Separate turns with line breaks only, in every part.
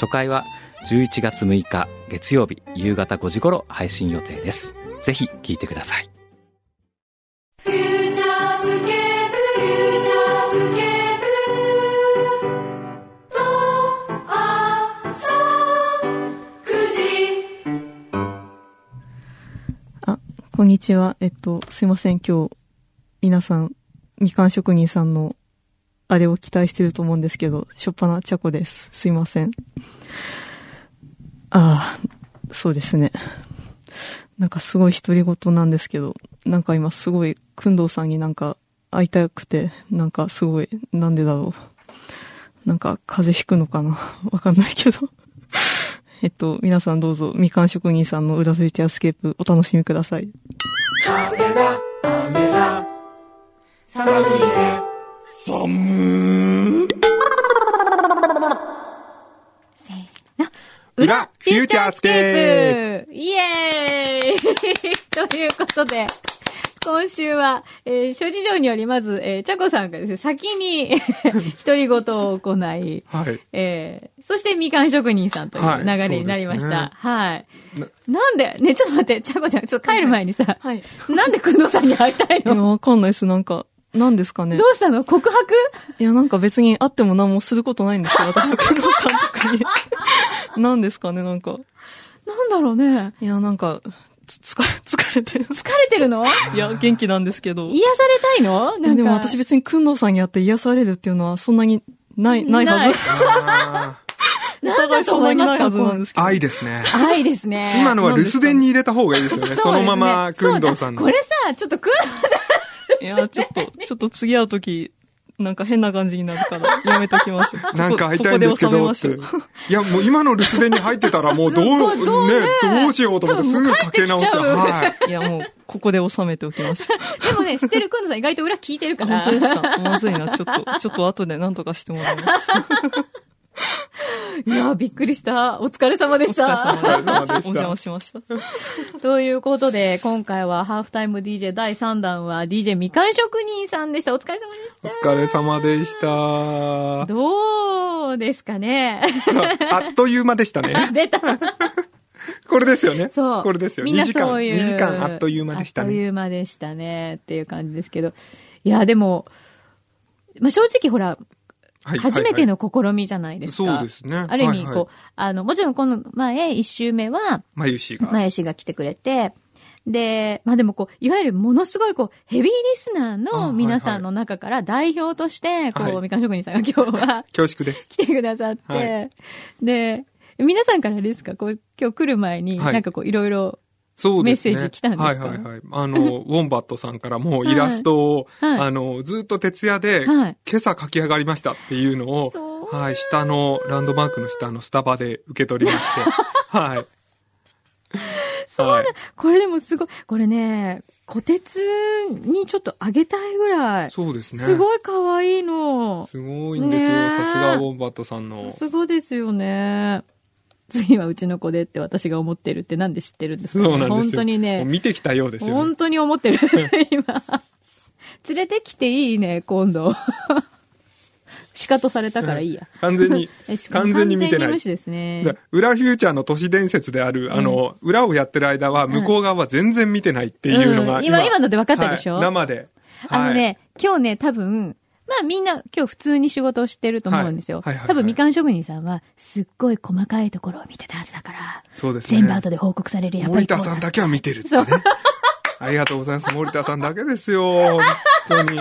初回は11月6日月曜日夕方5時頃配信予定ですぜひ聞いてください
フューチャースケープ、フューチャースケープ、と、あ、さ、くじ、
あ、こんにちは。えっと、すいません。今日、皆さん、みかん職人さんの、あれを期待してると思うんですけど、しょっぱなちゃこです。すいません。ああ、そうですね。なんかすごい独り言なんですけど、なんか今すごい、くんどうさんになんか会いたくて、なんかすごい、なんでだろう。なんか風邪ひくのかなわかんないけど。 えっと、皆さんどうぞ、みかん職人さんの裏フューチャースケープお楽しみください。
せーの、裏、フューチャースケープイエーイ ということで、今週は、えー諸事情によりまず、えー、ちゃこさんがですね、先に、 独り言を行い、
はい。
えー、そしてみかん職人さんという流れになりました。はい。
そうで
なんで、ね、ちょっと待って、ちゃこちゃん、ちょっと帰る前にさ、
はい。
なんでくんどうさんに会いたい
いや、
の
わかんないです。なんか、なんですかね
ど。うしたの告白
いや、なんか別に会っても何もすることないんですよ。私と工藤さんと かに。なんですかね、なんか。
なんだろうね。
いや、なんか、つ疲れ、疲れてる。
疲れてるの
いや、元気なんですけど。い
癒されたいのなん
や、
か。
でも私別に工藤さんに会って癒されるっていうのはそんなにない、ないはず。お
なんだ
互い
と
そん
思
ないに
ま
な
す
いは
か
ずなんですけど。
愛ですね。
愛ですね。
今のは留守電に入れた方がいいですよ
そう
ね。
ですね
そのまま、くんどうさん
そ
の
うだこ。れさ、ちょっとくん、
いや、ちょっと、ちょっと次会うとき、なんか変な感じになるから、やめときま しょう。
なんか会いたいんですけどって。
ここで収めましょう
いや、もう今の留守電に入ってたらもうど
もうどう
う、
ね
ね、どうしようと思ってすぐかけ直し
多
た。
分もう帰って
は
きちゃう
い。
いや、もう、ここで収めておきましょう。
でもね、知ってるくんどさん意外と裏 聞いてるか
あ
ら。
本当ですか まずいな。ちょっと、ちょっと後で何とかしてもらい ます。
いや、びっくりした。お疲れ様で
お
し
疲れ様
た
で。し。
お疲れ様でした
お邪魔しました。
ということで、今回はハーフタイム DJ 第3弾は DJ みかん職人さんでした。お疲れ様でし
お
た。
疲れ様でした。さ
どうですかね
ああっという間でしたね。
出た。
これですよね。
そう。
これですよ。
みんな
2時間、
そういう。
2時間あっという間でした
あっとい
ね。
う間でしたね。っていう感じですけど。いや、でも、まあ、正直ほら、
はい
初め
は
て。の試みじゃない
いは
で
い
すか。
そうですね。
ある意味、こう、
はいはい。
あの、もちろんこの前、一周目は、
まゆしが。
前氏が来てくれて、で、まあでもこう、いわゆるものすごいこう、ヘビーリスナー
あ
の
ー
皆さんの中から代表として、こ
は
う、
い
みかん職人さんが今日は
恐縮です。
来てくださって、
は
で、皆さんからあれですかこう、今日来る前に、
はい
なんかこう、いろいろ、
そうですね。
メッセージ来たんですか
はいはいはい。あ の、ウォンバットさんからもうイラストを、
はいはい
あの、ずっと徹夜で、
はい
今朝書き上がりましたっていうのを、
そう
はい、下の、ランドマークの下のスタバで受け取りま して、はい。
そうだ
はい
これでもすごい、これね、虎鉄にちょっとあげたいぐらい、
そうですね。
す
い。
ごい可愛いの。
すごいんですよ。
ねえ
さすがウォンバットさん
さ
の。
すがですよね。次はうちの子でって私が思ってるってなんで知ってるんですか、ね、
そうなんですよ。
本当にね。
もう見てきたようですよね。
本当に思っ てる。今。連れてきていいね、今度。仕方されたからいいや。
完全に
えし、
完全に見てな
完全に無
い。
視ですね。
だ裏フューチャーの都市伝説である、あの、裏をやってる間は、向こう側は全然見てないっていうのが、
うん今今ので分かったでしょ
はい生で。
あのね、今日ね、多分、まあみんな今日普通に仕事をしてると思うんですよ。
はいはいはいはい
多分みかん職人さんはすっごい細かいところを見てたはずだから、
そうですね。
全部後で報告されるやっぱ
森
りこう
田
だ
さんだけは見てるって
そう
ね。 ありがとうございます。森田さんだけですよ。本当に。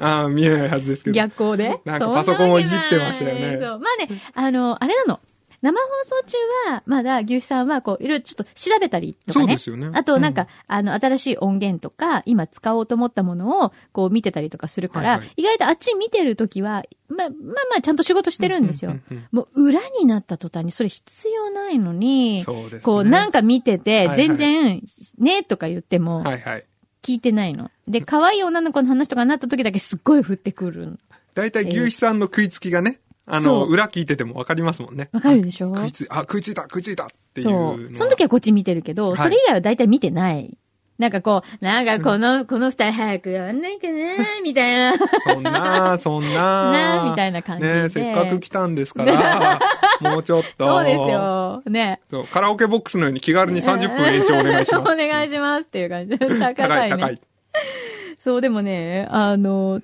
ああ、見えないはずですけど。
逆光で
なんかパソコンをいじってましたよね
そんなわけないそうまあね、あの、あれなの。生放送中は、まだ、牛肥さんは、こう、いろいろちょっと調べたりとかね。
そうですよね
あと、なんか、
うん
あの、新しい音源とか、今使おうと思ったものを、こう、見てたりとかするから、
はいはい
意外とあっち見てるときは、まあ、まあまあ、ちゃんと仕事してるんですよ。
うんうんうん
もう、裏になった途端に、それ必要ないのに、
そうですね
こう、なんか見て
い
て
は、い
全然、ね、とか言っても、
はいはい。
聞いてないの。で、可愛い女の子の話とかになった時だけすっごい降ってくるの。
大体、牛肥さんの食いつきがね、あ
そ
の、
う
裏聞いててもわかりますもんね。
わかるでしょ
食いつい、あ、食いついた、食いついたっていう
そ
の
う。その時はこっち見てるけど、
はい
それ以外は大体見てない。なんかこう、なんかこの、この二人早くやんないかなみたい な。
そん な、そんな。
なあみたいな感じで
ねせっかく来たたんです から、もうちょっと。
そうです。よ。ね。
そう、カラオケボックスのように気軽に30分延長お願いし
お
ます。
願いしますっていう感 じで。高
高
い、
い、
ね。
高い。
そう、でもね、あの、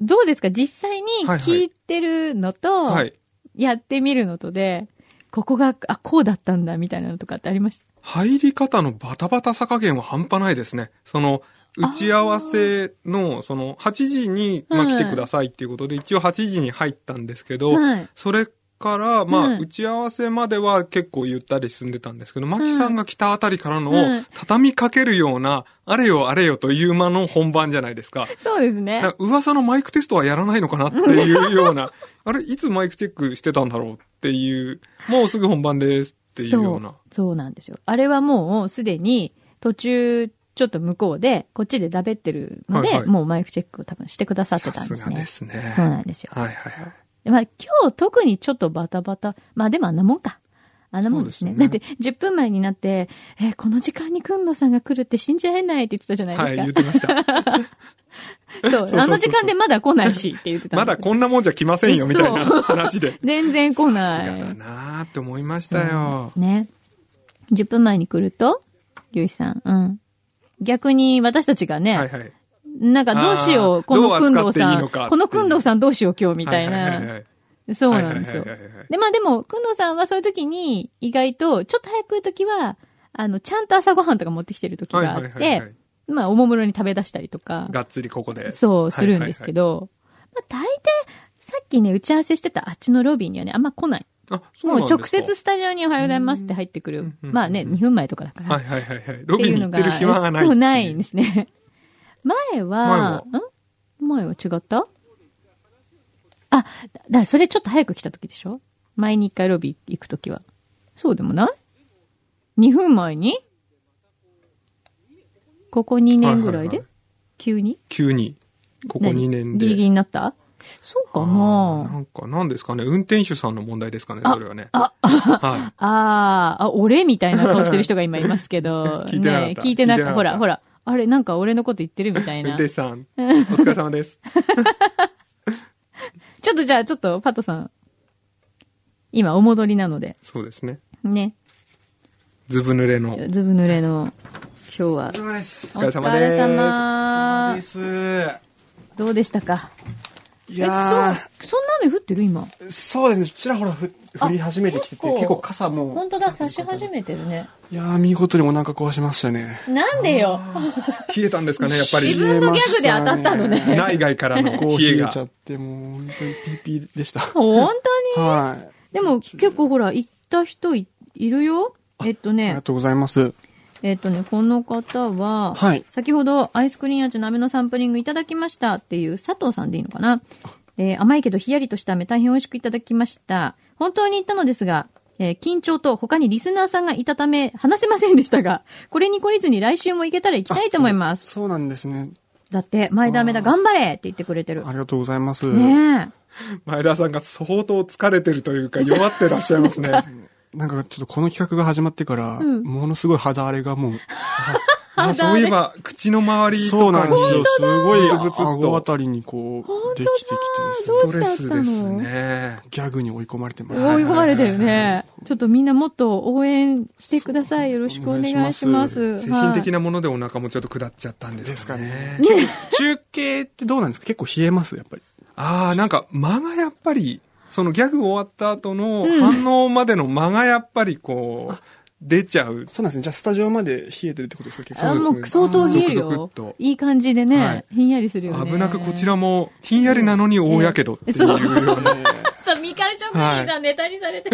どうですか実際に
はいはい
聞いてるのと、
はい。
やってみるのとで、ここが、あ、こうだったんだ、みたいなのとかってありました
入り方のバタバタさ加減は半端ないですね。その、打ち合わせの、その、8時に、まあ、
はい
来てくださいっていうことで、一応8時に入ったんですけど、
はい
それから、ま
は
あ、
い
打ち合わせまでは結構ゆったり進んでたんですけど、マキさんが来たあたりから
は
の
い、
畳みかけるような、あれよあれよという間の本番じゃないですか。
そうですね。
なんか噂のマイクテストはやらないのかなっていうよう な、あれ、いつマイクチェックしてたんだろうっていう、もうすぐ本番ですっていうような。
そう。そうなんですよ。あれはもうすでに途中、ちょっと向こうで、こっちでだべってるので、
はいはい
もうマイクチェックを多分してくださって
さ
たん
す
で
が
す
で
ね。
すね。
そうなんですよ。
はいはいはい。
でまあ今日特にちょっとバタバタ。まあでもあんなもんか。あんなもんです
そ
ね。
うです
だって10分前になって、えこの時間にくんのさんが来るって信じられないって言ってたじゃ ないです
は
か。
い、言ってました。
そ
そうそうそう
う。あの時間でまだ来ないしって言ってた ん
ま
で
だこんなもんじゃ来ませんよ、みたいな
そう
話で。
全然来
さ
な
すがだ
い。
なーって思いましたよ。
ね。10分前に来ると、ゆいさん、うん。逆に私たちがね、
はいはい。
なんかどうし
あ
よ
ー
う、この
どう
くんど
扱
う
っていい
さん、
のかって
このくんどうさんどうしよう今日みたい
ははは
な。
は。
そうなんですよ
はいはいはいはいはい。
で、まあでも、くんどうさんはそういう時に、意外と、ちょっと早く来る時は、あの、ちゃんと朝ごはんとか持ってきてる時
はい
があ
は
っ
いはいは
て
い、。
まあ、おもむろに食べ出したりとか、
がっつりここで。
そう、するんですけ
ど。
ど、まあ大抵、さっきね、打ち合わせしてたあっちのロビーにはね、あんま来ない。
あ、そう
も
な
うん
ですか
直接スタジオにおはようございますって入ってく
うん
る。
うん
まあね、
うん
2分前とかだから。
はいはいはいはい。
っ
ロ
て
ビ
い
ー
う
に行っ
のが
てる暇がない。
そう、ないんですね。前は、
前
ん前は違ったあ、だ、だそれちょっと早く来た時でしょ前に一回ロビー行く時は。そうでもない ?2 分前にここ2年ぐら
はい
いで、
はいはい
急に
急に。ここ
何
2年で。
ギリギリになったそうか
あーな
なん
か、なんですかね。運転手さんの問題ですかね、それはね。
あ
は
あーあ、俺みたいな顔してる人が今いますけど
。聞いてなかった
ねえ聞いてな
聞いてなか
かっ
った
た。ほら、ほら。あれ、なんか俺のこと言ってるみた
い。
い
運
な。
転手さん、お疲れ様 です。
ちょっとじゃあ、ちょっと、パトさん。今、お戻りなので。
そうですね。
ね。
ずぶ濡れの。
ち
お
ょずぶ濡れの、今日は。
お疲れ様です。
疲れ様です。
お疲れ様
お疲れ様
どうでしたか
です。い
え、そう、そん
や
な雨降ってる今。
ー、そうですね。ちらほらふ降り始めてきてて、
あ結構
結構傘も、
本当だ、差し始めてるね。
いやー、見事にお腹壊しましたね。
なんでよ
冷えたんですかね、やっぱ
自
り。
分のギャグで当たったのね。
内外から の
こう
冷え
冷え
が
ち。ゃって、もう本当にピーピーでした。
本当に
はい。
で も、結構ほら、行った人いいるよえっと
ありが
ね、
とうございます。
えっとね、この方は、
はい
先ほどアイスクリーン味の飴のサンプリングいただきましたっていう佐藤さんでいいのかな、えー甘いけどひやりとした飴大変美味しくいただきました。本当に行ったのですが、えー緊張と他にリスナーさんがいたため話せませんでしたが、これに懲りずに来週も行けたら行きたいと思います。
そうなんですね。
だって、前田飴だ頑張れって言ってくれてる
あ。りがとうございます。
ねえ。
前田さんが相当疲れてるというか、弱ってらっしゃいますね。
なんかちょっとこの企画が始まってから、ものすごい肌荒れがもう、
あそういえば、口の周り
そ
と
うな
か
ん
に、
ですよ。すごい
ブツブツと
顎あたりにこう、できてきてですね
どうし
ドレスですね。
ギャグに追い込まれてます。
追い込まれてるね。ちょっとみんなもっと応援してください。よろしくお願いします。
精神
はい
的なものでお腹もちょっと下っちゃったんで
ですす
か
か
ね
ね。。中継ってどうなんですか結構冷えますやっぱり。
ああ、なんか間がやっぱり、そのギャグ終わった後の反応までの間がやっぱりこう、出ちゃう。
そうなんですね。じゃあスタジオまで冷えてるってことですか結
そ
あ、
うです
構。
もう相当冷え
ゾク
る
ゾ
よ
クっと。
いい感じでね、
はい
ひんやりするよね。
危なくこちらも、ひんやりなのに大やけどっていうような。
そう、みかん職人さんネタにされて。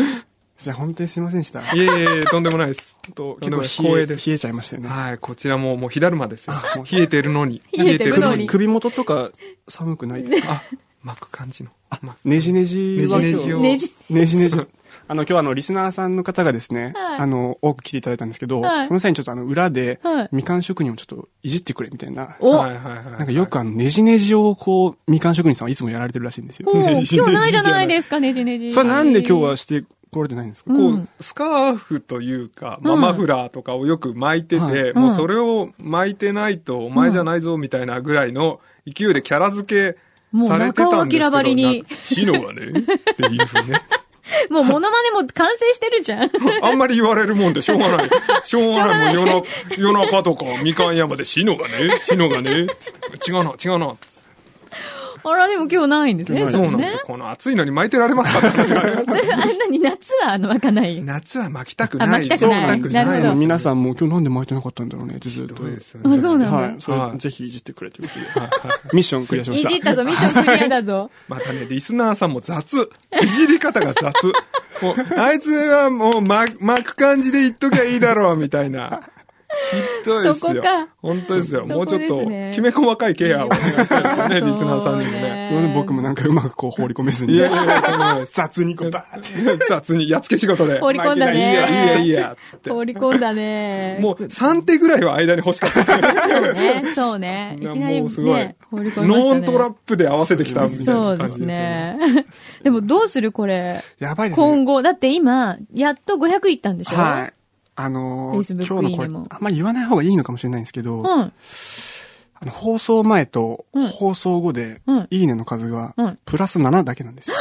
じゃあ本当にすいませんでした。
いえいえいえ、とんでもないです。
ちょっと
とんでもない
結構冷
光栄
え
です
冷えちゃいましたよね。
はい、こちらももう火だるまですよ
あも。う
冷えてるのに。
冷えてるのに
首首元とか寒くないですか
あ、巻く感じの。あ、巻く。
ねじねじは
ねじねじを
ねじ、
ねじねじを。あの、今日あの、リスナーさんの方がですね、
はい
あの、多く来ていただいたんですけど、
はい
その際にちょっとあの、裏で
はい、
みかん職人をちょっといじってくれみたいな、
お、
はいはいはい。
なんかよくあの、ねじねじをこう、みかん職人さんはいつもやられてるらしいんですよ。
お
ね
今
じね
日
じ
ないじゃないですか、ねじねじ。
それなんで今日はしてこれてないんですか、
こ
う、
うんスカーフというか、
うん
まあ、マフラーとかをよく巻いて
は
て、
い
もうそれを巻いてないとお前じゃないぞみたいなぐらいの勢いでキャラ付け
もう
されてたんですけど、
中尾明ばりに
なんかシノはね、っていうふうにね。
もうモノマネも完成してるじゃん。
あんまり言われるもんでしょうがない。しょうがない。もう夜な夜中とか、みかん山でシノがね、シノがね、違うな、違うな。
あら、でも今日ないんですね、
今日
そ
そうう
なんで
ね
すよ。。この暑いのに巻いてられますかって話があります
それあんなに夏はあの、わかない。
夏は巻きたく
あ
ない。
巻きたくない
巻きたく
な
な
る
い
ほど
あの皆さんも今日なんで巻いてなかったんだろうねってずっと。
どうですよ
あ
ね。
そうなんだ
はい。それ、
はい
ぜひいじってくれということで。ミッションクリアしま
い
した。
じったぞ、ミッションクリア だぞ。
またね、リスナーさんも雑。いじり方が雑。もう、あいつはもう、ま、巻く感じで言っときゃいいだろう、みたいな。ひどいですよ。
そこか
本当ですよ。
そ
も
こ
うちょっ
です
と、
ね
きめ細かいケアをお願いしたいですね、リスナーさんにもね。
すいません、僕もなんかうまくこう放り込めずに。
いやいやいやそんなことないです、
雑にこうバーって。
雑に、やっつけ仕事で。
放り込んだ
いいや、いいや、いい
ね。
や、つって。
放り込んだね。
もう、3手ぐらいは間に欲しかった。
そうね、そうね。いきなり
もうすごい
ね、放り込んだね。
ノーントラップで合わせてきたみたいな
そ
感
う
じ
で
ですすよね。
ね。 でもどうするこれ。
や ばいですね。
今後。だって今、やっと500いったんでしょ
はい。あのー
Facebook
今日のこ
いい
れ、
ねも
あんまり言わない方がいいのかもしれないんですけど、
うん。
あの放送前と
うん
放送後で
うん、
いいねの数が
うん、
プラス7だけなんですよ。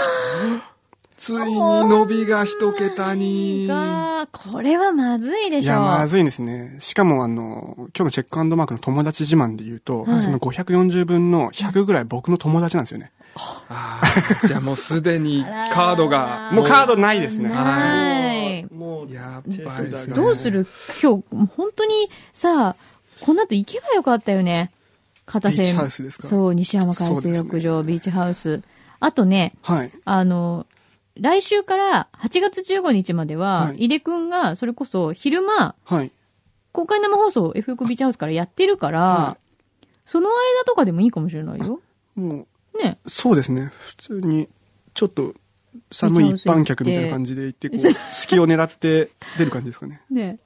ついに伸びが一桁に。
が、これはまずいで
い
しょ。
や、まずいんですね。しかも、あの、今日のチェックマークの友達自慢で言うと、
はい
その540分の100ぐらい僕の友達なんですよね。
あーじゃあもうすでにカードが。
もうカードないですね。
はい。
もう、
やばいですね。
どうする今日、本当にさ、この後行けばよかったよね。片瀬。
ビーチハウスですか
そう、西山海
そう
水
ですね
浴場、ビーチハウス。あとね、
はい。
あの、来週から8月15日までは、
はい
井出くんが、それこそ昼間、
はい。
公開生放送を F クビーチハウスからやってるから、
は
その間とかでもいいかもしれないよ。
も
ね。
う、そうですね。普通に、ちょっと、寒い一般客みたいな感じで行って、こう、隙を狙って出る感じですかね。
ね。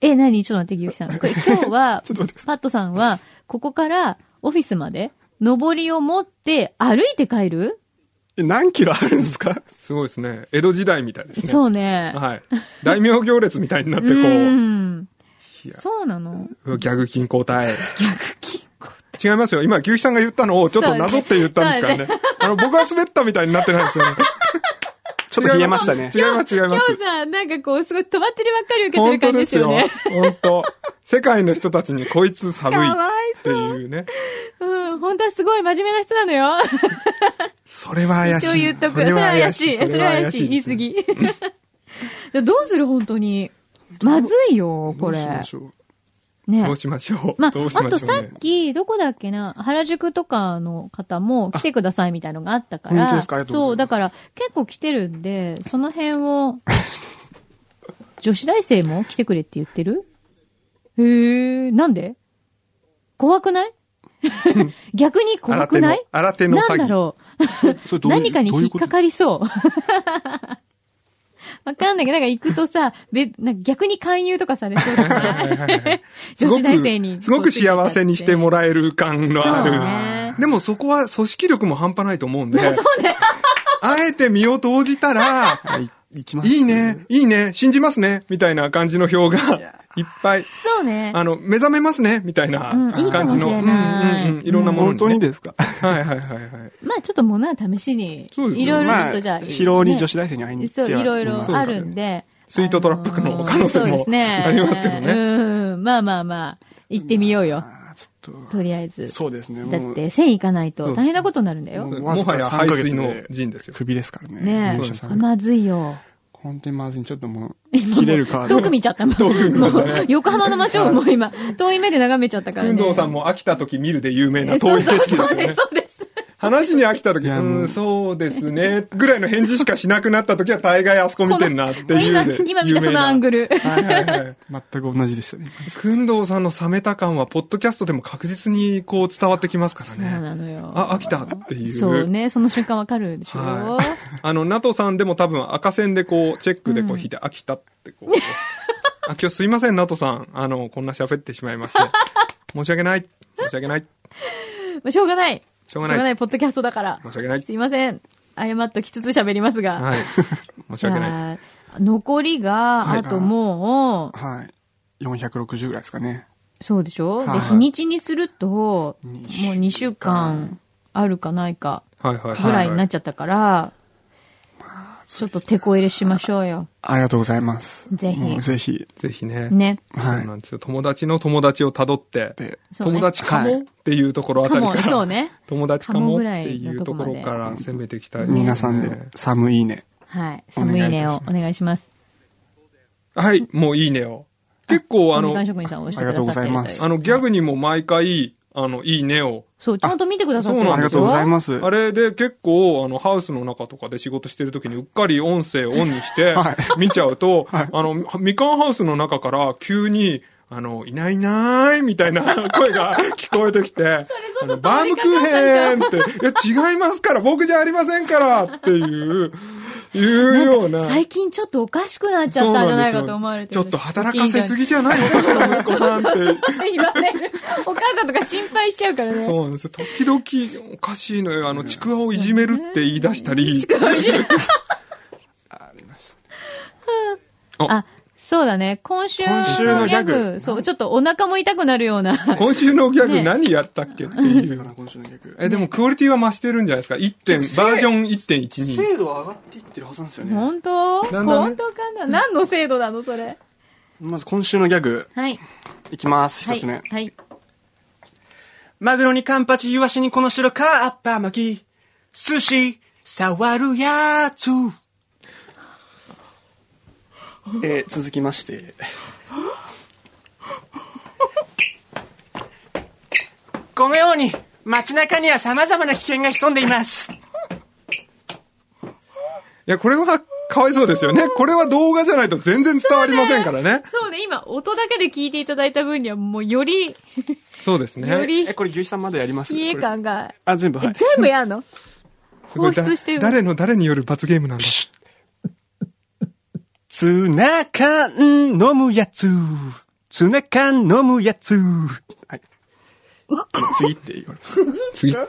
え、何ちょっと待って、ゆうきさん。これ今日は
ちょっと待ってくだ、
パットさんは、ここからオフィスまで、上りを持って歩いて帰る
え、何キロあるんで すか
すごいですね。江戸時代みたいですね。
そうね。
はい。大名行列みたいになって
う
こ
ん。
いや
そうなの
ううわ、ギャグ金交代。
逆金庫。
違いますよ。今、牛肥さんが言ったのをちょっとなぞって言ったんですからね。あの、僕が滑ったみたいになってないですよ ね。
ちょっと冷えましたね。
違います、違い
今
ま
日
す。
さ、なんかこう、すごい止まってるばっかり受けて
本
る
当
感じ
で
ですす
よ
よね。。
本当。世界の人たちにこいつ寒いっていうね。
うん、本当はすごい真面目な人なのよ。
それは怪しい。
一応言っとく。それは怪しい。それは怪しい。言い過
ですね。
ぎ。でどうする本当に。まずいよ、こ
どう
れ
しま。しょう
ね
どう。しましょう。
まあ、あ
どうしましょうね
とさっき、どこだっけな、原宿とかの方も来てくださいみたいのがあったか
あ本当
ら、
ですかありがとう
そう、
ございます
だから結構来てるんで、その辺を、女子大生も来てくれって言ってるへえ、なんで怖くない 逆に怖くない
新手の
な
新手の詐
んだ
欺。
ろう
それどういう
何かに
どうい
引っ
うこと
かかりそう。 わかんないけど、なんか行くとさ、べなんか逆に勧誘とかされそうじゃない
す
女
ご
子
く
大生に。
すごく幸せにしてもらえる感のあ
そうね
る。でもそこは組織力も半端ないと思うんで、
そうね。
あえて身を投じたら、
はい、行きます。
いいね、いいね、信じますね、みたいな感じの票がいっぱい。
そうね。
あの、目覚めますね、みたいな
うんいいか
感
も
じ
し
の。
れない
うんうんうんいろんなもの
本当に
ね
ですか
はいはいはいはい。
まあちょっとものは試しに、
そうですね
いろいろちょっとじゃあ、
まあ疲労に
ね
女子大生に会いに行って
そ
は
う、いろいろ
ま
あるんで。
スイートトラップの可能性も
あのーそうですね
ありますけどね
うん。まあまあまあ、行ってみようよ。
あーちょっ
とりあえず
と。。そうですね。
だ
も
っ
う
て、線行かない
そ
と
う
大変なことになるんだよ。
もう
もはや
わずか
排水の
3ヶ月
陣ですよ。
首ですからね。
ね
そう
業者
です
さ
え。
んが
まずいよ。
本当にまずい。ちょっともう、切れるカード。
遠く見ちゃったもん。もう、横浜の街をもう今、遠い目で眺めちゃったから
運
ね。
動さんも飽きた時見るで有名な
そ
遠
う
い
そ
景
う
色です
そ
よ
うで
ね
す、。そうです。
話に飽きた時、
いや
うん、そうですね、ぐらいの返事しかしなくなった時は大概あそこ見てんなっていうで
今、今見たそのアングル。
はいはいはい。
全く同じでしたね。
くんどうさんの冷めた感は、ポッドキャストでも確実にこう伝わってきますか
そう
らね。
なのよ。
あ、飽きたっていう。
そうね、その瞬間わかるでしょ、
はい。あの、ナトさんでも多分赤線でこう、チェックでこう引いて、飽きたって こう。あ、今日すいません、ナトさん。あの、こんな喋ってしまいまして。申し訳ない。申し訳ない。
まあ、しょうがない。
しょうがない
ポッドキャストだから。
申し訳ない
すいません。謝っときつつ喋りますが。
はい。申し訳ない。
い。残りが、
はい
あともう、
はい。460ぐらいですかね。
そうでしょ、
は
で、
い
日にちにすると、もう
二
2
週間
週間あるかないか
はいはいはい。
ぐらいになっちゃったから、ちょっと手こ入れしましょうよ。
ありがとうございます。
ぜひ
もうぜひ。
ぜひね。
ね。
そ
は
う
い
なんですよ。友達の友達をたどって、
で
そう
友
ね
達か
はい
もっていうところあた
か
り
も、
か
そう
ら、
ね。
友達か
かも
もっ
ぐら
て
い
い
の
う
とことま
こ
で
ろから攻めていきたいですね
皆さんで、寒いね。
はい。寒いねをお願いします。
はい、もういいねを。結構あ
お
の、
時間職人さんを押してくださって
あり
る
がとうござ
と
いま
い
す
う
あの、ギャグにも毎回、あの、いいねを。
そう、ちゃんと見てくださってる
そう
あ
なんで
りが
す
と
よ
うございます。
あれで結構、あの、ハウスの中とかで仕事してる時にうっかり音声をオンにして
はい、
見ちゃうと、
はい
あの、みかんハウスの中から急に、あの、いないいないみたいな 声が聞こえてきて、あ
それ
の
外
バー
通り
ム
か
ク
かった
ー
んじ
ヘ
ゃん
ンって、いや、違いますから、僕じゃありませんからっていう、いうような。
最近ちょっとおかしくなっちゃったんじゃないかと思われて
そ
る
うなんですよちょっと働かせ すぎじゃない男の息子さんって。
言われる。お母さんとか心配しちゃうからね。
そうなんですよ。時々おかしいのよ。あの、ちくわをいじめるって言い出した り。
あ、そうだね。今週
今週
の
の
ギ
ギ
ャ
ャグ
グ、そう、ちょっとお腹も痛くなるような。
今週のギャグ
ね
何やったっけって いう。
今週の逆。
え、でもクオリティは増してるんじゃないですか。1点、バージョン1.12。
精度は上がっていってるはずなんですよね。
本当
だんだんね
本当かな何の制度なのそれ。
まず今週のギャグ、
はい。
いきます。
は
一つ
い
目。。
はい。
マグロにカンパチ、イワシにこの白カッパ巻き。寿司、触るやつ。えー続きまして。このように、街中には様々な危険が潜んでいます。
いや、これはかわいそうですよね。これは動画じゃないと全然伝わりませんからね。
そうね、今、音だけで聞いていただいた分には、もうより、
そうです
よ
ね。
り
え、、これ、牛一さんまだやります
冷え
これ
感が。
あ、全部、は
え
い。
全部やんの
すごい。
放
だ
出してる
誰の誰による罰ゲーム なんだ。
ツナ缶飲むやつ。ツナ缶飲むやつ。はい。次って言われます。
次。
ちょっ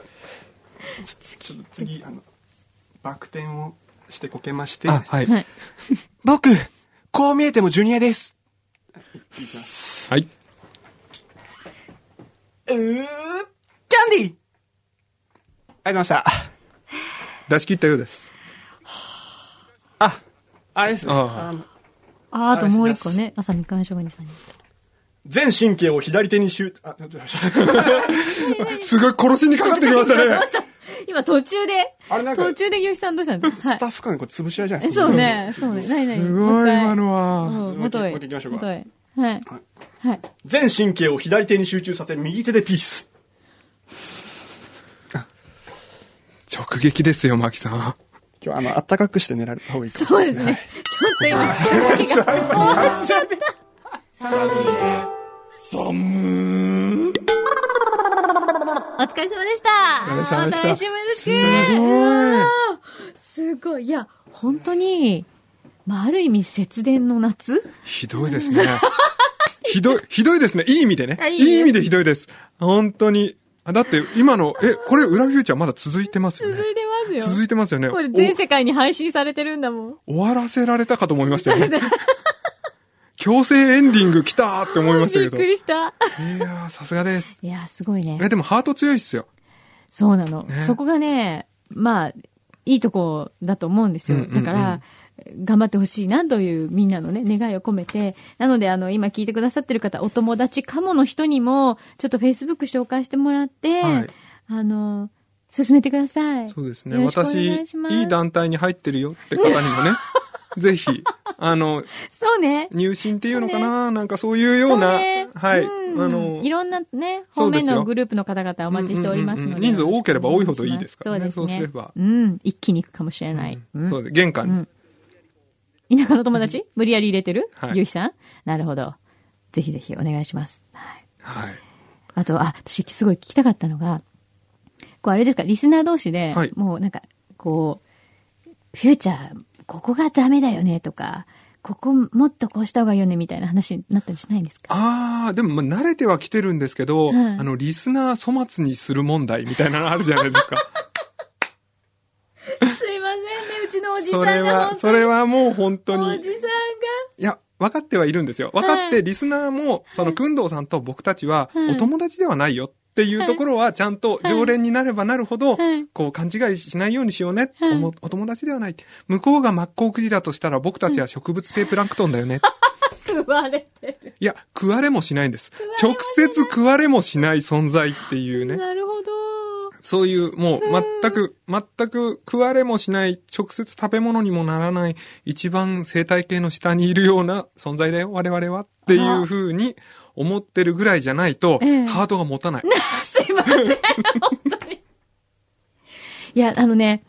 と次、あの、バク転をしてこけまして。
あ、はい。
はい。
僕、こう見えてもジュニアです。
はい。
うー、キャンディーありがとうございました。
出し切ったようです。
あ、あれですね。
ああ
あの
あ、あともう一個ね、朝みかん職人さんに。
全神経を左手に集、あ、ちょっと待って
すごい殺しにかかってきま したね。
今途中で
あれ、なんか
途中で牛さんどうしたん ですかは
スタッフ間でこれ潰し合いじゃない
い。
ですか。
そう。ね、そうね。ないない。
すごい、今の
う
は。
ん元へ。
もう一回行きましょうか
元へ。はい。はい。
全神経を左手に集中させ、右手でピース。
直撃ですよ、マキさん。
今日、あの、暖かくして寝られた方がいいかも
そうですね。ちょっと今、すごい動きが。お疲れ様でした。また来週もよろしく。すごい。すごい。いや、本当に、まあ、ある意味節電の夏
ひどいですね。 ひどい、ひどいですね。いい意味でね
あ。いい
い
意味で
い意味でひどいです。本当に。あだって、今の、え、これ、裏フューチャーまだ続いてますよ
続
ね。
いてますよ。
続いてますよね。
これ全世界に配信されてるんだもん。
お終わらせられたかと思いましたよね。強制エンディング来たーって思いました
び
け
っ
ど。
く
い
りした。
やー、さすがです。
いや、すごいね
え、。でもハート強いっすよ。
そうなの。
ね
そこがね、まあ、いいとこだと思うんですよ。
うんうんうん
だから、頑張ってほしいなというみんなのね、願いを込めて。なので、あの、今聞いてくださってる方、お友達かもの人にも、ちょっと Facebook 紹介してもらって、
はい
あの、進めてください。
そうですね。
よろしくお
私、
願
い
します
い団体に入ってるよって方にもね、ぜひ、あの、
そうね。
入信っていうのかな、なんかそういうような、
そうね
はい、
うん
あの、
いろんなね、
そ
方
うです
面
よ
のグループの方々お待ちしております
う
の
んうんう
で。
ん人数多ければ多いほどいいですからね
そうで
そ
すね。
うすれば
うん。一気に行くかもしれない。うん
そうで、玄関に、
田舎の友達無理やり入れてる
はい
ゆうひさんなるほど。ぜひぜひお願いします。はい。
はい。
あと、あ、私すごい聞きたかったのが、こうあれですか、リスナー同士で、
はい
もうなんか、こう、フューチャー、ここがダメだよねとか、ここもっとこうした方がいいよねみたいな話になったりしないんですか
ああ、でも、まあ、慣れては来てるんですけど、
はい
あの、リスナー粗末にする問題みたいなのあるじゃないですか。
すいませんね、うち のおじさん
それ
が
は、それはもう本当
お
に。
じさんが。
いや、分かってはいるんですよ。分かっ
は
て、リスナーも、その、くんどうさんと僕たちは
は、い
お友達ではないよっていうところは、ちゃんと常連になればなるほど
はい、
こう、勘違いしないようにしようね。
はい
おもお友達ではないって。向こうがマッコウクジラとしたら、僕たちは植物性プランクトンだよね。
食われてる。
いや、食われもしないんです。直接食われもしない存在っていうね。
なるほど。
そういう、もう、全く、全く食われもしない、直接食べ物にもならない、一番生態系の下にいるような存在だよ、我々は。っていうふうに思ってるぐらいじゃないと、
ええ
ハードが持たない。
すいません、本当に。いや、あのね、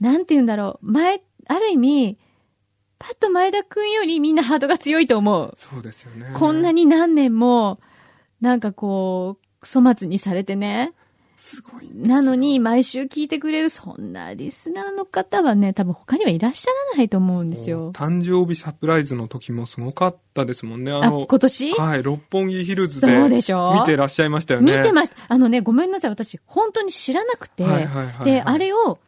なんて言うんだろう。前、ある意味、パッと前田くんよりみんなハートが強いと思う。
そうですよね。
こんな
に。
に何年も、なんかこう、粗末にされてね。
すごいんですよ
なの。に、毎週聞いてくれる、そんなリスナーの方はね、多分他にはいらっしゃらないと思うんですよ。
誕生日サプライズの時もすごかったですもんね。あ
あ、
の、
今年、
はい、六本木ヒルズ
そう
で
でしょ
見てらっしゃいましたよね。
見てました。あのね、ごめんなさい。私、本当に知らなくて。
はいはいはいはい
で、あれを、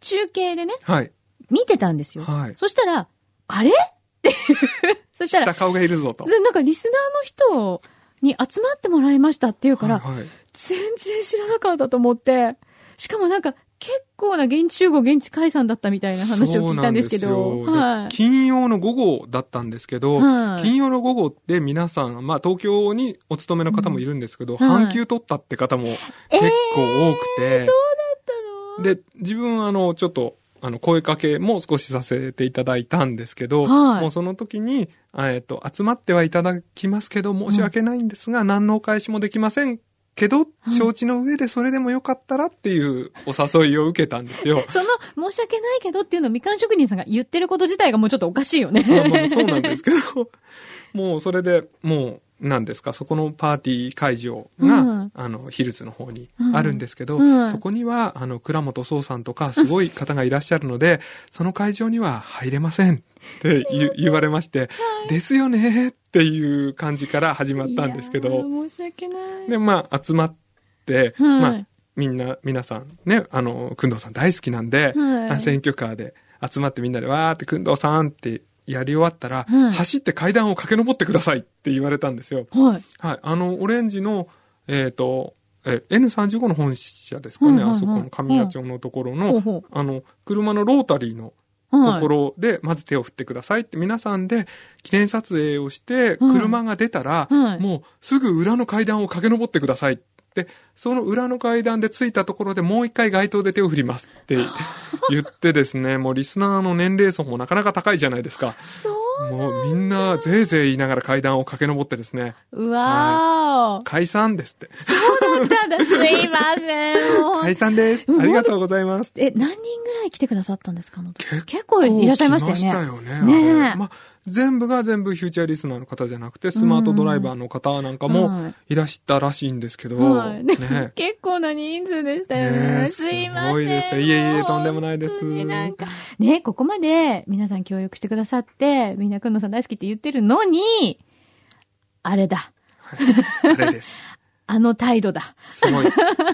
中継でね、
はい。
見てたんですよ。
はい
そしたら、あれっ ていう。そし
知
た
っ
ら
た、顔がいるぞと。
でなんかリスナーの人に集まってもらいましたっていうから、
はいはい
全然知らなかったと思って。しかもなんか、結構な現地集合、現地解散だったみたいな話を聞いたんですけ
そう
ど。
なん
は
ですよで
い。
金曜の午後だったんですけど、
はい
金曜の午後って皆さん、まあ東京にお勤めの方もいるんですけど、
うんはい
半休取ったって方も結構多くて、で、自分あの、ちょっと、あの、声かけも少しさせていただいたんですけど、
はい。
もうその時に、あえっと、集まってはいただきますけど、申し訳ないんですが、何のお返しもできませんけど、承知の上でそれでもよかったらっていうお誘いを受けたんですよ
その、申し訳ないけどっていうのをみかん職人さんが言ってること自体がもうちょっとおかしいよね。
まあまあそうなんですけど、 もうそれでもう、なんですか、そこのパーティー会場が、
うん
あの、ヒルズの方にあるんですけど、
うんうん
そこには、あの、倉本壮さんとか、すごい方がいらっしゃるの で、その会場には入れませんって言う言われまして、ですよねっていう感じから始まったんですけ
いや
ど、
ー申し訳ない。
で、まあ、集まって、
はい
まあ、みんな、皆さんね、あの、くんどうさん大好きなんで、
はい
あ選挙カーで集まってみんなでわーってくんどうさんってやり終わったら、
はい
走って階段を駆け上ってくださいって言われたんですよ。
はい。
はい。あの、オレンジの、えっ、と、え N35 の本社ですかね、
はいはいはい
あそこの神谷町のところの、
ほうほう
あの、車のロータリーの
はい。
ところで、まず手を振ってくださいって皆さんで記念撮影をして、車が出たら、
はい
もうすぐ裏の階段を駆け上ってください。で、その裏の階段で着いたところでもう一回街頭で手を振りますって 言ってですね、もうリスナーの年齢層もなかなか高いじゃないですか。
そう。
もうみんなぜいぜい言いながら階段を駆け上ってですね、
うわー。
解散ですって。
そうだったんだ。すいません。もう
解散です。ありがとうございます。
え、何人ぐらい来てくださったんですかあの時結構いらっしゃいましたよね。
来ましたよ
ね
ね。
え
あれまあ、全部が全部フューチャーリスナーの方じゃなくて、スマートドライバーの方なんか
は
も
い
いらしたらしいんですけど、
はい。でも、
ね
結構な人数でしたよね。
ねえ
すいません。
すごいですよいえいえとんでもないです
本当になんか、ね、ここまで皆さん協力してくださって、みんなくんのさん大好きって言ってるのに、あれだ。
あれです。
あの態度だ。
すごい、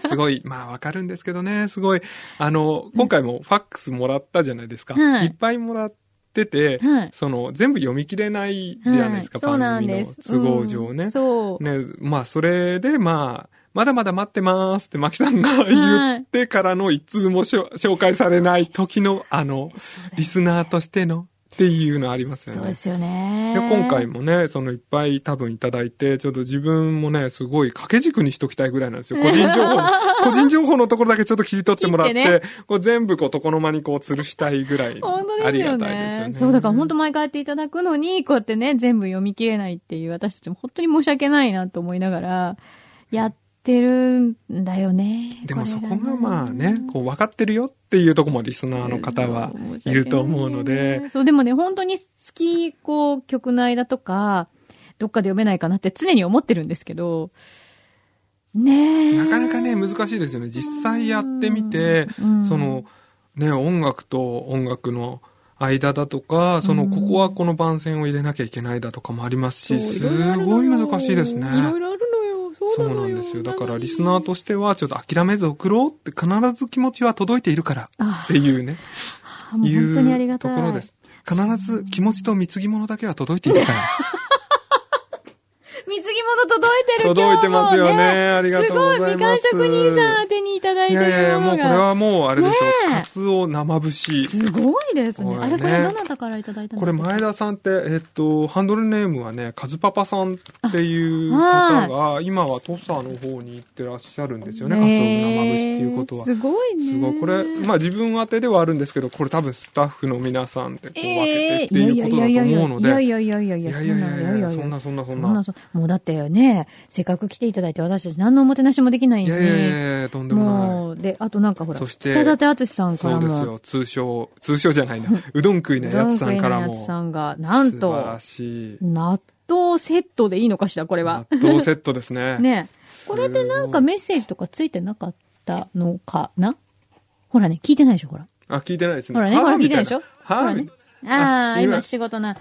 すごい、まあわかるんですけどね、すごい。あの、今回もファックスもらったじゃないですか。
はい
い、っぱいもらってて、
はい
その、全部読み切れないじゃないですか、
そうな
番
ん
組
で
の
す。
都合上
う
ね
ん。そう。
ね、まあ、それで、まあ、まだまだ待ってますって、マキさんが
はい
言ってからの一通もしょ紹介されない時の、あの、
そうだよ
リスナーとしてのっていうのありますよね。
そうですよね。
で今回もね、そのいっぱい多分いただいて、ちょっと自分もね、すごい掛け軸にしときたいぐらいなんですよ。個人情 報の、個人情報のところだけちょっと切り取ってもらって、
切って
こう全部こう床の間にこう吊るしたいぐらい。
本当
あ
です
り
よ
がたい
ね。
ですよね。
そう、だから本
当
当毎回やっていただくのに、こうやってね、全部読み切れないっていう、私たちも本当に申し訳ないなと思いながら、やってるんだよね。
でもそこ
れ
が
な
まあね、こう分かってるよっていうところもリスナーの方はいると思うので、。
そう、でもね、本当に好き、こう、曲内だとか、どっかで読めないかなって常に思ってるんですけど、ねえ。
なかなかね、難しいですよね。実際やってみて、
うん
その、ね、音楽と音楽の間だとか、その、ここはこの番宣を入れなきゃいけないだとかもありますし、すごい難しいですね。
いろいろあるのよ。そう
そ
なの
う
よ。
なんですよ。だからリス
ー。
ナーとしては、ちょっと諦めず送ろうって、必ず気持ちは届いているから
あ
っていうね、
あもう
いう
本当にありが
と
たい。
ころです。必ず気持ちと貢ぎ物だけは届いているから。
水着物届いてる
届いてますよね
今日も
ありがとうございます
すごい、みかん職人さん宛てにいただい
い
てるも
やいやいや、もうこ
のが。
れはもうあれでしょう。
ねえ
カツオ生節。
すごいですね。
こ
あ
れね
れ、これどなたからいただいたん
こ
で
れ
すか
前田さんって、えっと、ハンドルネームはね、カズパパさんっていう
あ
方が、今は土佐の方に行ってらっしゃるんですよね、
へ
カ
ー
ツオの生節っていうことは。
すごいね。
すごい。これ、まあ自分宛てではあるんですけど、これ多分スタッフの皆さんでこう分
ええ
けてっていうことだと思うので。
いやいやいやいやい
い
や
や
い
いやいやいや
やいや
そんなそんなそ
そ
ん
んな
な。
そんなもうだってね、せっかく来ていただいて私たち何のおもてなしもできない
い
の
やいやい
に。
やいや、とんでもない。
もう、で、あとなんかほら、
そして
北舘淳さんか
そ
ら
う
も。
ですよ。通称、通称じゃないな。うどん食いのやつさんから
ドンクイのや
も。
つさんが、なん
素晴
と
ら、しい。
納豆セットでいいのかしら、これは。
納豆セットですね。
ねこれでなんかメッセージとかついてなかったのかなほらね、聞いてないでしょ、ほら。
あ、聞いてないですね。
ほらね、
はぁ
ほら聞いてないでしょ
みた
ほ
いなは
ら
ぁ
ね
みたいな。
ああ、
今
今仕事な。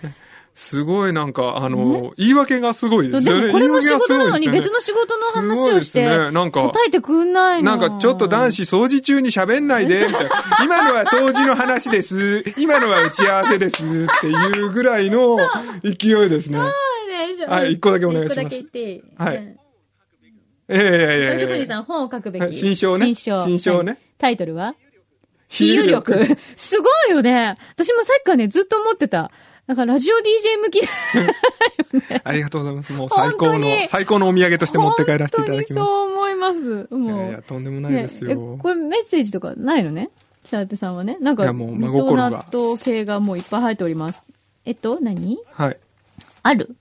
すごいなんか、あの、言い訳がすごいで
そう、
す
で
よね。
もこれも仕事なのに
言い訳が
別
すごいですよね
の仕事の話をし
すごいで
て
すね、なんか
答えてくんないの
なんか、ちょっと男
子。
子掃除中に喋んないで、 みたいな。今のは掃除の話です。今のは打ち合わせです。っていうぐらいの勢いですね。
そうでしょ
はい一個だけお願いします
一個だけ言っていい
はい
うん
ええええええ。
お職人さん本を書くべ
はい
き。
新書をね
新書。
新書をね
はいタイトルは
比
比
喩
喩
力
力。すごいよね。私もさっきからね、ずっと思ってた。なんかラジオ DJ 向き。
ありがとうございます。もう最高
本当
の、
に
最高のお土産として持って帰らせていただき
本当に
ます。
そう思います。
い
もう。
やいや、とんでもないですよ。
ねえこれメッセージとかないのね北舘さんはね。なん
い
か、
やもう真心が
納豆系がもういっぱい入っております。えっと、何
はい。
ある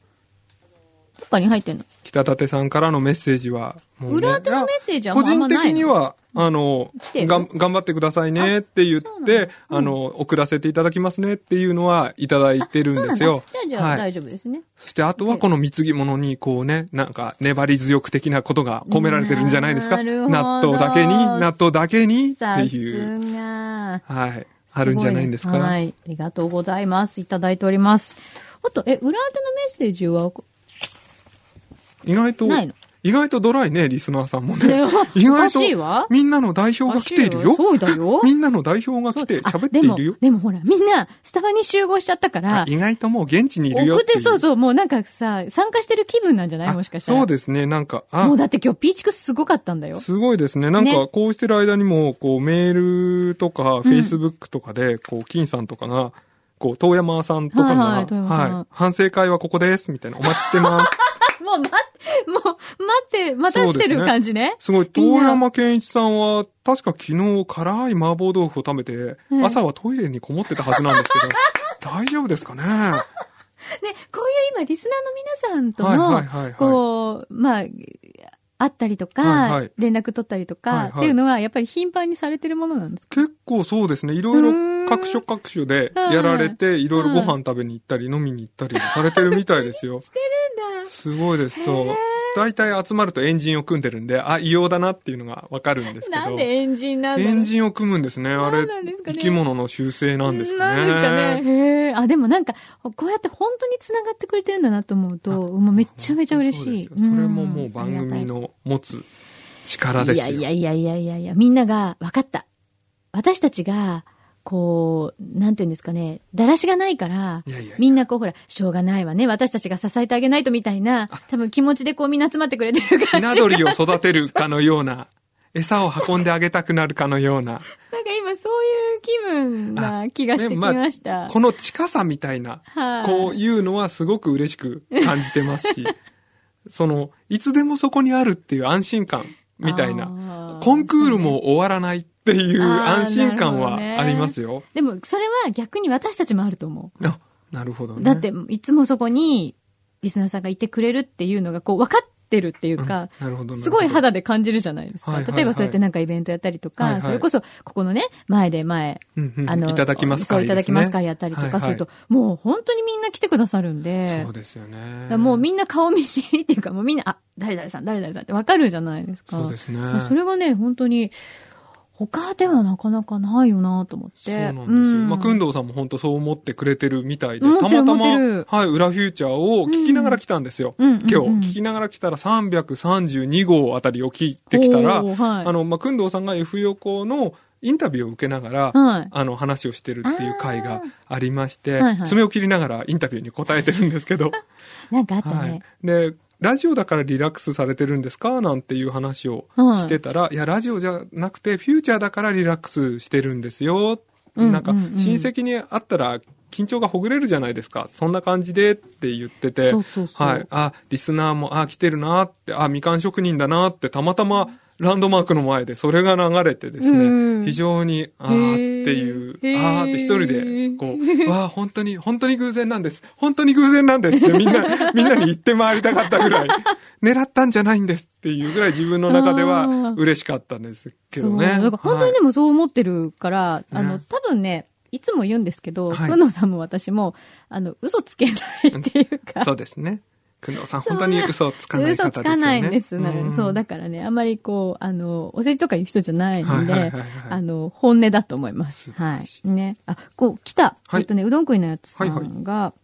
どっかに入ってんの
北舘さんからのメッセージは、も
裏手のメッセージは
個
あん
人
まないの
的には、あの
来、てる
がん頑張ってくださいねって言っ
そうなの
て、あの、送らせていただきますねっていうのはいただいてるんですよ
あ。そうなんだじゃあじゃあ
はい。
大丈夫ですね。
そしてあとはこの貢ぎ物に、こうね、なんか粘り強く的なことが込められてるんじゃないですか。
なるほど
納豆だけに、納豆だけにって
さ
いう、
すが。
はい。あるんじゃないんですか。
ごねはい。ありがとうございます。いただいております。あと、え、裏手のメッセージは、
意外と
ないの、
意外とドライね、リスナーさんもね
ね。
意
お
外
かしいわ
と、みんなの代表が来ているよ
おかしい。わそうだよ
みんなの代表が来て喋っているよ
あ。でも、でもほら、みんな、スタバに集合しちゃったか
あ
ら、
意外ともう現地にいるよ
送
っ
って
い
て、
う。
そうそう、もうなんかさ、参加してる気分なんじゃない
あ
もしかしたら。
そうですね、なんか、あ
もう、だって今日ピーチクスすごかったんだよ。
すごいですね。なんか、
ね
こうしてる間にも、こう、メールとか、フェイスブックとかで、こう、金さんとかが、こう、遠山さんとかが、
はいはい遠山さん
はい反省会はここです、みたいな、お待ちして ます。
もう待って、もう待って、待たしてる感じね。
すごい、遠
みんな
山健一さんは、確か昨日、辛い麻婆豆腐を食べて、
はい
朝はトイレにこもってたはずなんですけど、 大丈夫ですかね
ね、こういう今、リスナーの皆さん
はいはいはい
と
はい
の、こう、まあ、会ったりと
はいは
か
い、
連絡取ったりと
はい
か、っ
はい
ていうのは、やっぱり頻繁にされてるものなんですか
結構そうですね。いろいう
ー
ろ
ん
各所各所でやられて、いろいろご飯食べに行ったり飲みに行ったりされてるみたいです よ。
してるんだ。
すごいです。そう。大体集まるとエンジンを組んでるんで、あ、異様だなっていうのがわかるんですけど。
なんでエンジンなんだろ
エ
う
ンジンを組むんですね。あれ、
何なんですか
生
ね
き物の習性なんですかね。
なんですかね。へえ。あ、でもなんか、こうやって本当に繋がってくれてるんだなと思うと、もうめちゃめちゃ嬉しい。
そううですよそれも
ん
もう番組の持つ
あ
力で
り
す
が
よ。
たいいやいやいやいやいやいや、みんなが、分かった。私たちが、こう、なんていうんですかね、だらしがないから、
いやいやいや
みんなこうほら、しょうがないわね。私たちが支えてあげないとみたいな、多分気持ちでこうみんな集まってくれてる
ひ
感
な
じ。
鳥を育てるかのような、餌を運んであげたくなるかのような。
なんか今そういう気分な気がしてき
あね
ました。
この近さみたいな、
はい
こういうのはすごく嬉しく感じてますし、 その、いつでもそこにあるっていう安心感みたい
あ
な
ー、
コンクールも終わらないっていう
あー
安心感は
なるほどね
ありますよ。
でもそれは逆に私たちもあると思
あ、なるほど
う。
ね。
だって、いつもそこにリスナーさんがいてくれるっていうのがこう分かってるっていう
うん、
か、
なるほどなるほど
すごい肌で感じるじゃないですか。
はいはいはい
例えばそうやってなんかイベントやったりとか、
はいはい
それこそここのね、前で前、
うんうん
あの、
いただきます
そう、
会ですね
いただきます会やったりとかすると、もう本当にみんな来てくださるんで、
そうですよ
だ
ね
か。らもうみんな顔見知りっていうか、もうみんな、あ、誰々さん、誰々さんってわかるじゃないですか。
そうですね。
だからそれがね、本当に、他ではなかなかないよなと思って。
そうなんですよ。まあ、くん
ど
どうさんも本当そう思ってくれてるみたいで、
思
た
って
ま
る
たま、
思ってる
はい、裏フューチャーを聞きながら来たんですよ。
うんうんうん
今日、聞きながら来たら332号あたりを聞いてきたら、あの、まあ、くんどうさんが F 横のインタビューを受けながら、
はい
あの、話をしてるっていう回がありまして、
あーはいはい
爪を切りながらインタビューに答えてるんですけど、
なんかあったね。
はい。で、ラジオだからリラックスされてるんですかなんていう話を
はい
してたら、い、や、ラジオじゃなくて、フューチャーだからリラックスしてるんですよ。
うん
なんか、
うんうん
親戚に会ったら緊張がほぐれるじゃないですか。そんな感じでって言ってて、
そうそうそう
はい。あ、リスナーも、あ、来てるなって、あ、みかん職人だなって、たまたま、ランドマークの前でそれが流れてです
うん
ね、非常に、あーっていう、
へー
あーって一人で、こう、わあ、本当に、本当に偶然なんです。本当に偶然なんですってみん な、みんなに言って回りたかったぐらい、狙ったんじゃないんですっていうぐらい自分の中で
あ
は
ー
嬉しかったんですけど
そ
ね
う。だから本当にでもそう思ってるから、あの、
ね
多分ね、いつも言うんですけど、
はい
くんどうさんも私も、あの、嘘つけないっていう
はい
か。
そうですね。くんどうさん、
そん
本
な
当に嘘をつかない方ですよ
嘘
ね。
つかないんです。なんか
ん
そう、だからね、あんまりこう、あの、お世辞とか言う人じゃないんで、
はいはいはいはい
あの、本音だと思います。
素晴
は
らし
い。ね。あ、こう、来た。
はい
えっとね、うどん食いのやつさんが、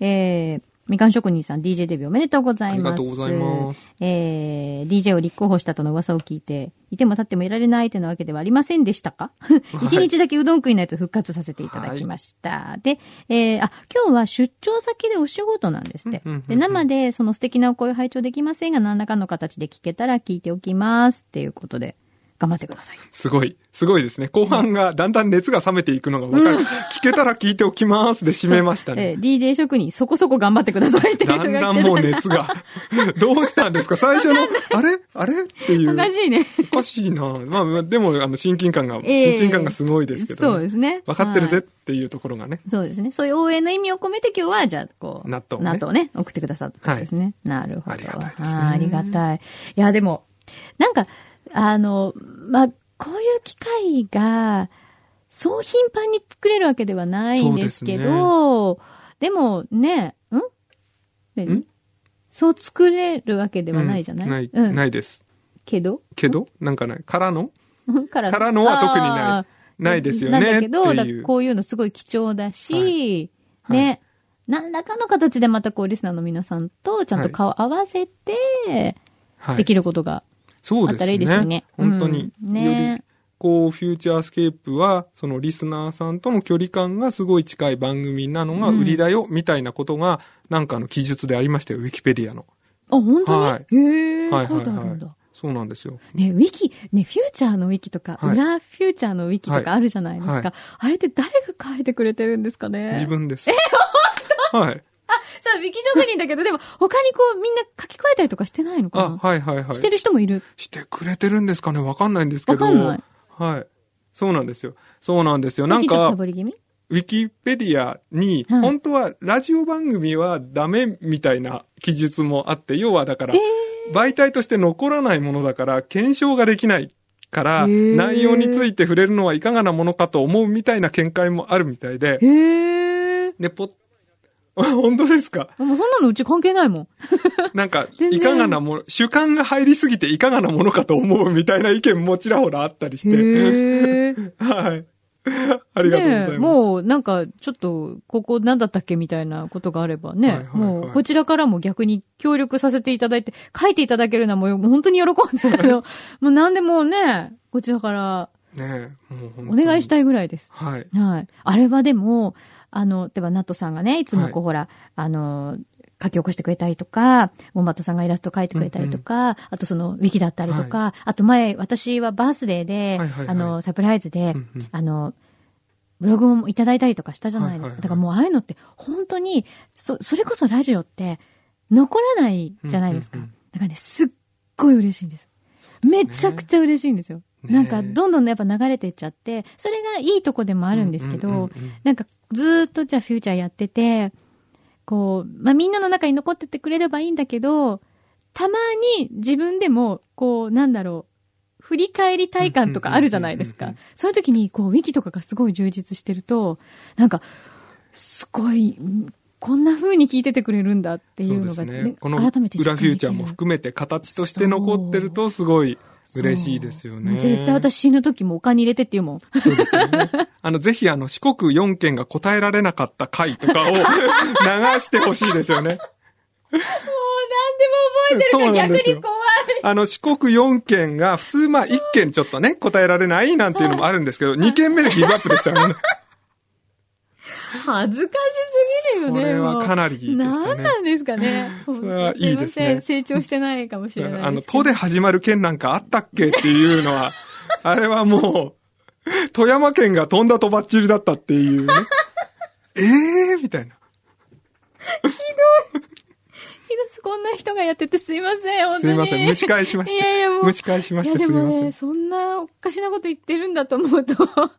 えー、みかん職人さん DJ デビューおめでとうございます。
ありがとうございます。
えー、DJ を立候補したとの噂を聞いて、いても立ってもいられないというわけではありませんでしたか 一日だけうどん食いのやつ復活させていただきました。で、えー、あ、今日は出張先でお仕事なんですって
うんうんうん。
で、生でその素敵なお声を拝聴できませんが、何らかの形で聞けたら聞いておきます。っていうことで、頑張ってください。
すごい。すごいですね。後半がだんだん熱が冷めていくのがわかる。聞けたら聞いておきますで締めましたね。
えー、DJ 職人、そこそこ頑張ってくださいっていうの
だ
が
ん
来てた
だんもう熱 が。どうしたんですか最初の、あれあれっていう。
おかしいね。
おかしいな。まあまあ、でも、あの、親近感が、
ええ
親近感がすごいですけど、
そうですね
分かってるぜっ
は
ていうところがね。
そうですね。そういう応援の意味を込めて今日は、じゃあ、こう、
納豆をね
納豆をね、送ってくださったんですね。なるほど。
ありがたいですね
あーありがたい。いや、でも、なんか、あの、まあ、こういう機会が、そう頻繁に作れるわけではないんですけど、でもね、ん何
ん
そう作れるわけではないじゃない、
うんない、
うん
ないです。
けど
けど、なんかない。からの
うんから
からのは特にない
あー
ないですよね。
なんだけど、
って
だ
いう。
こういうのすごい貴重だし、
はい
ね、何らかの形でまたこう、リスナーの皆さんとちゃんと顔合わせて、
はい
できることが。
そう
あったらいいですよね
本当に。
うんね
より、こう、フューチャースケープは、そのリスナーさんとの距離感がすごい近い番組なのが売りだよ、みたいなことが、なんかの記述でありましたよ、ウィキペディアの。
あ、本当に、
はい
へえ、
はい
書
はい
てあ
い
るん
は
だ。
い。そうなんですよ。
ね、ウィキ、ね、フューチャーのウィキとか、
はい
裏フューチャーのウィキとか
はい
あるじゃないですか。
はい
あれって誰が書いてくれてるんですかね
自分です。え、本当はい。
そう、ウィキ職人だけど、でも他にこう、みんな書き換えたりとかしてないのかな、
あ、はいはいはい。
してる人もいる。
してくれてるんですかねわかんないんですけど。
わかんない
はい。そうなんですよ。そうなんですよ。なん
ちょっとサ
か
ボ、り気味
ウィキペディアに、
はい
本当はラジオ番組はダメみたいな記述もあって、要はだから、媒体として残らないものだから、検証ができないから、
へー
内容について触れるのはいかがなものかと思うみたいな見解もあるみたいで、
へえ。
で、ポッ、 本当ですか
もうそんなのうち関係ないもん。
なんか、
全然
いかがなもの、主観が入りすぎていかがなものかと思うみたいな意見もちらほらあったりして。
へえ。
はい。 ありがとうございます。
ねえもうなんかちょっと、ここ何だったっけみたいなことがあればね、
はいはいはい
もうこちらからも逆に協力させていただいて、書いていただけるのはもうもう本当に喜んで、あ の、もう何でもね、こちらから
ねえもう本当
お
に
願いしたいぐらいです。
はい。
はい。あれはでも、あの、例えば、ナットさんがね、いつもこ
はい
う、ほら、あの、書き起こしてくれたりとか、ウォンバットさんがイラスト描いてくれたりとか、あとそのウィキだったりとか、あと前、私はバースデーで、
はいはいはい
あの、サプライズで、
うんうん
あの、ブログもいただいたりとかしたじゃないですか。
はいはいはい
だからもうああいうのって、本当に、そ、それこそラジオって、残らないじゃないですか。
うんうんうん
だからね、すっごい嬉しいんです。めちゃくちゃ嬉しいんですよ。
ね
なんか、どんどんやっぱ流れてっちゃって、それがいいとこでもあるんですけど、
うんうんうんうん
なんか、ずーっとじゃあフューチャーやってて、こう、まあ、みんなの中に残っててくれればいいんだけど、たまに自分でも、こう、なんだろう、振り返り体感とかあるじゃないです
うんう
か
んうん。
そういう時に、こう、ウィキとかがすごい充実してると、なんか、すごい、うんこんな風に聞いててくれるんだってい
そうう
の
で
が、
すね。この
改めて
裏フューチャーも
含
含
め
めて形として残ってるとすごい嬉しいですよね。
そう絶対私死ぬ時もお金入れてって言 うもん。
そうですよね。あの、ぜひあの、四国4県が答えられなかった回とかを 流してほしいですよね。
何でも覚えてるから
そうなんです
逆
よ
に怖い。
あの、四国4県が、普通まあ1県ちょっとね、答えられないなんていうのもあるんですけど、2県目でギブアップでしたよね。
恥ずかしすぎるよね。
これは
もう
かなりでしたね
何なんですかね。
それはいいですね
すいません。成長してないかもしれないですけど。
あの、都で始まる県なんかあったっけっていうの は、あれはもう、富山県が飛んだとばっちりだったっていうね。 ええー、みたいな。
ひどすこんな人がやっててすいません、本当
す
に。
いません、蒸し返しました。
いやいやもう
蒸し返しま
い
し
や
た、
です
い
も
ませ
ね、
ん。
そんなおかしなこと言ってるんだと思うと。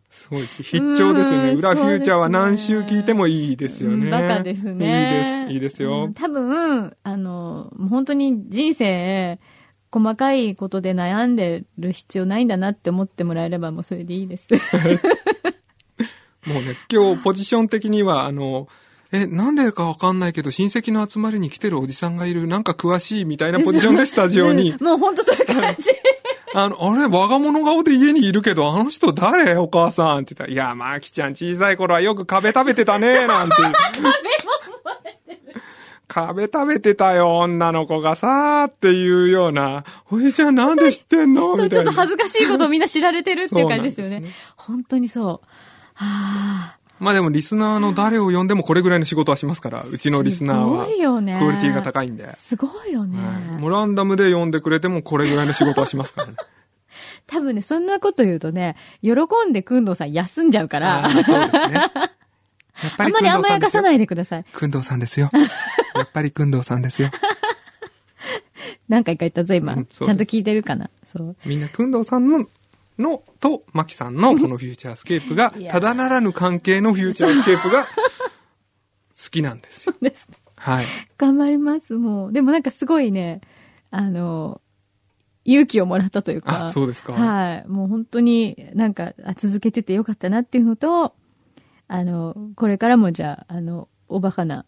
すごいです。必聴ですよね。
うん
裏フューチャーは何周聞いてもいいですよ
うん
ね。
バカですね。
いいです。いいですよ。
うん多分、あの、もう本当に人生、細かいことで悩んでる必要ないんだなって思ってもらえればもうそれでいいです。
もうね、今日ポジション的には、あの、え、なんでかわかんないけど、親戚の集まりに来てるおじさんがいる、なんか詳しいみたいな ポジションでスタジオに
うん、もう本当そういう感 じ。
あの、あれ、我が物顔で家にいるけど、あの人誰お母さんって言ったら、いや、まあきちゃん小さい頃はよく壁食べてた ね、なんて。壁食べてたよ、女の子がさーっていうような、おじちゃんなんで知ってんの
そう、
み
ち
た
ょ
い
っ
な
と。恥ずかしいことをみんな知られてるっていう感じですよ
そうな
ね。
んです
本当にそう。はあ。
まあでもリスナーの誰を呼んでもこれぐらいの仕事はしますから、うちのリスナーは。
すごいよね
クオリティが高いんで。
すごいよね。
はいもうランダムで呼んでくれてもこれぐらいの仕事はしますからね。
多分ね、そんなこと言うとね、喜んでくんどうさん休んじゃうか
あ
ら、あ
ーそうですね。やっぱ
ん
り。
まり甘やかさないいでください。
くんどうさんですよ。やっぱりくんどうさんですよ。
何回か言ったぞ、今。
うん
ち
そうです
ゃんと聞いてるかな。そう。
みんな、くんどうさんの、の、と、まきさんのこ のフューチャースケープが
い、や
ただならぬ関係のフューチャースケープ が、好きなんですよ。
です
はい。
頑張ります、もう。でもなんかすごいね、あの、勇気をもらったというか。
あそうですか
はい。もう本当になんか、あ続けててよかったなっていうのと、あの、これからもじゃあ、あの、おバカな、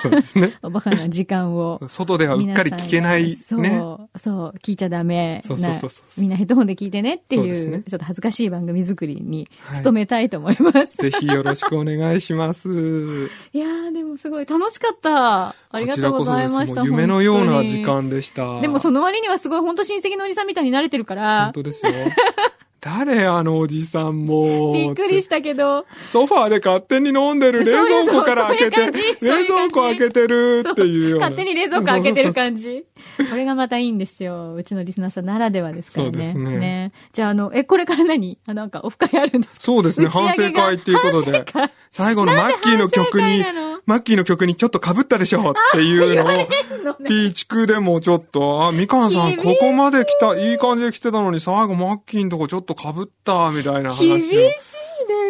そうですね。。
おバカな時間を
外ではうっかり聞けない
皆さん
ね。
そう、そう、聞いちゃダメ
そうそう
な
そうそう。
みんなヘッドホンで聞いてねって
そうで
い
す
う、
ね
ちょっと恥ずかしい番組作りに
はい
努めたいと思います。
ぜひよろしくお願いします。
い、やー、でもすごい楽しかった。 ありがとうござい
こ
ま
ち
し
ら
た。
こそですもう夢のような時
本当に
間でした。
でもその割にはすごい本当親戚のおじさんみたいに慣れてるから
本、当ですよ。誰あのおじさんも。
びっくりしたけど、
ソファーで勝手に飲んでる冷蔵庫から開けて、
そういう
冷蔵庫開
そういう感じ
けてるっていうような。
勝手に冷蔵庫開けてる感じ。これがまたいいんですよ。うちのリスナーさんならではですから
そうで
ね。
すね
じゃあ、あの、え、これから何あなんかオフ会あるんですか
そうですね、
打ち
反
上
省
げが
会っていうことで
反省会。
最後のマッキーの曲に
なんで反省会なの、
マッキーの曲にちょっと被ったでしょっていうのを、
のね
P 地区でもちょっと、あ、みかんさん
厳しい
ここまで来た、いい感じで来てたのに最後マッキーのとこちょっと被った、みたいな話を
厳しいね、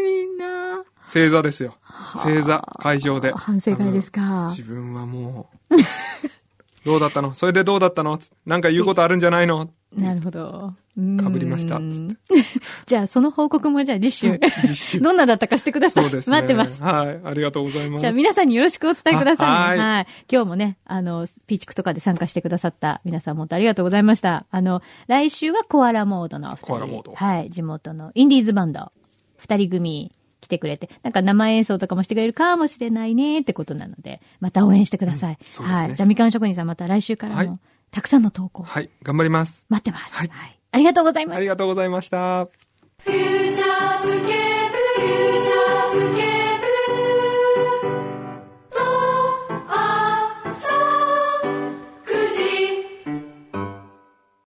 みんな。
正座ですよ。正座、会場で。
反省会ですか
あの自分はもう、 どうだったのそれでどうだったのつなんか言うことあるんじゃない の
なるほど。
か
か
ぶりましたつっ
じゃあ、その報告もじゃあ次週、
実習
どんなだったかしてください。
そうですね。
待ってます。
はい。ありがとうございます。
じゃあ皆さんによろしくお伝えくださいね。
あは
はいい今日もね、あの、ピーチクとかで参加してくださった皆さん本当ありがとうございました。あの、来週はコアラモードのお二人
コアラモード
はい、地元のインディーズバンド、二人組来てくれて、なんか生演奏とかもしてくれるかもしれないねってことなので、また応援してください。
そうですね
はい。じゃあみかん職人さんまた来週からも、
はい
たくさんの投稿
はい。頑張ります。
待ってます。
はい
はい、ありがとうございま
あ
し
り
た。
がとうございました。
「フューチャースケープ」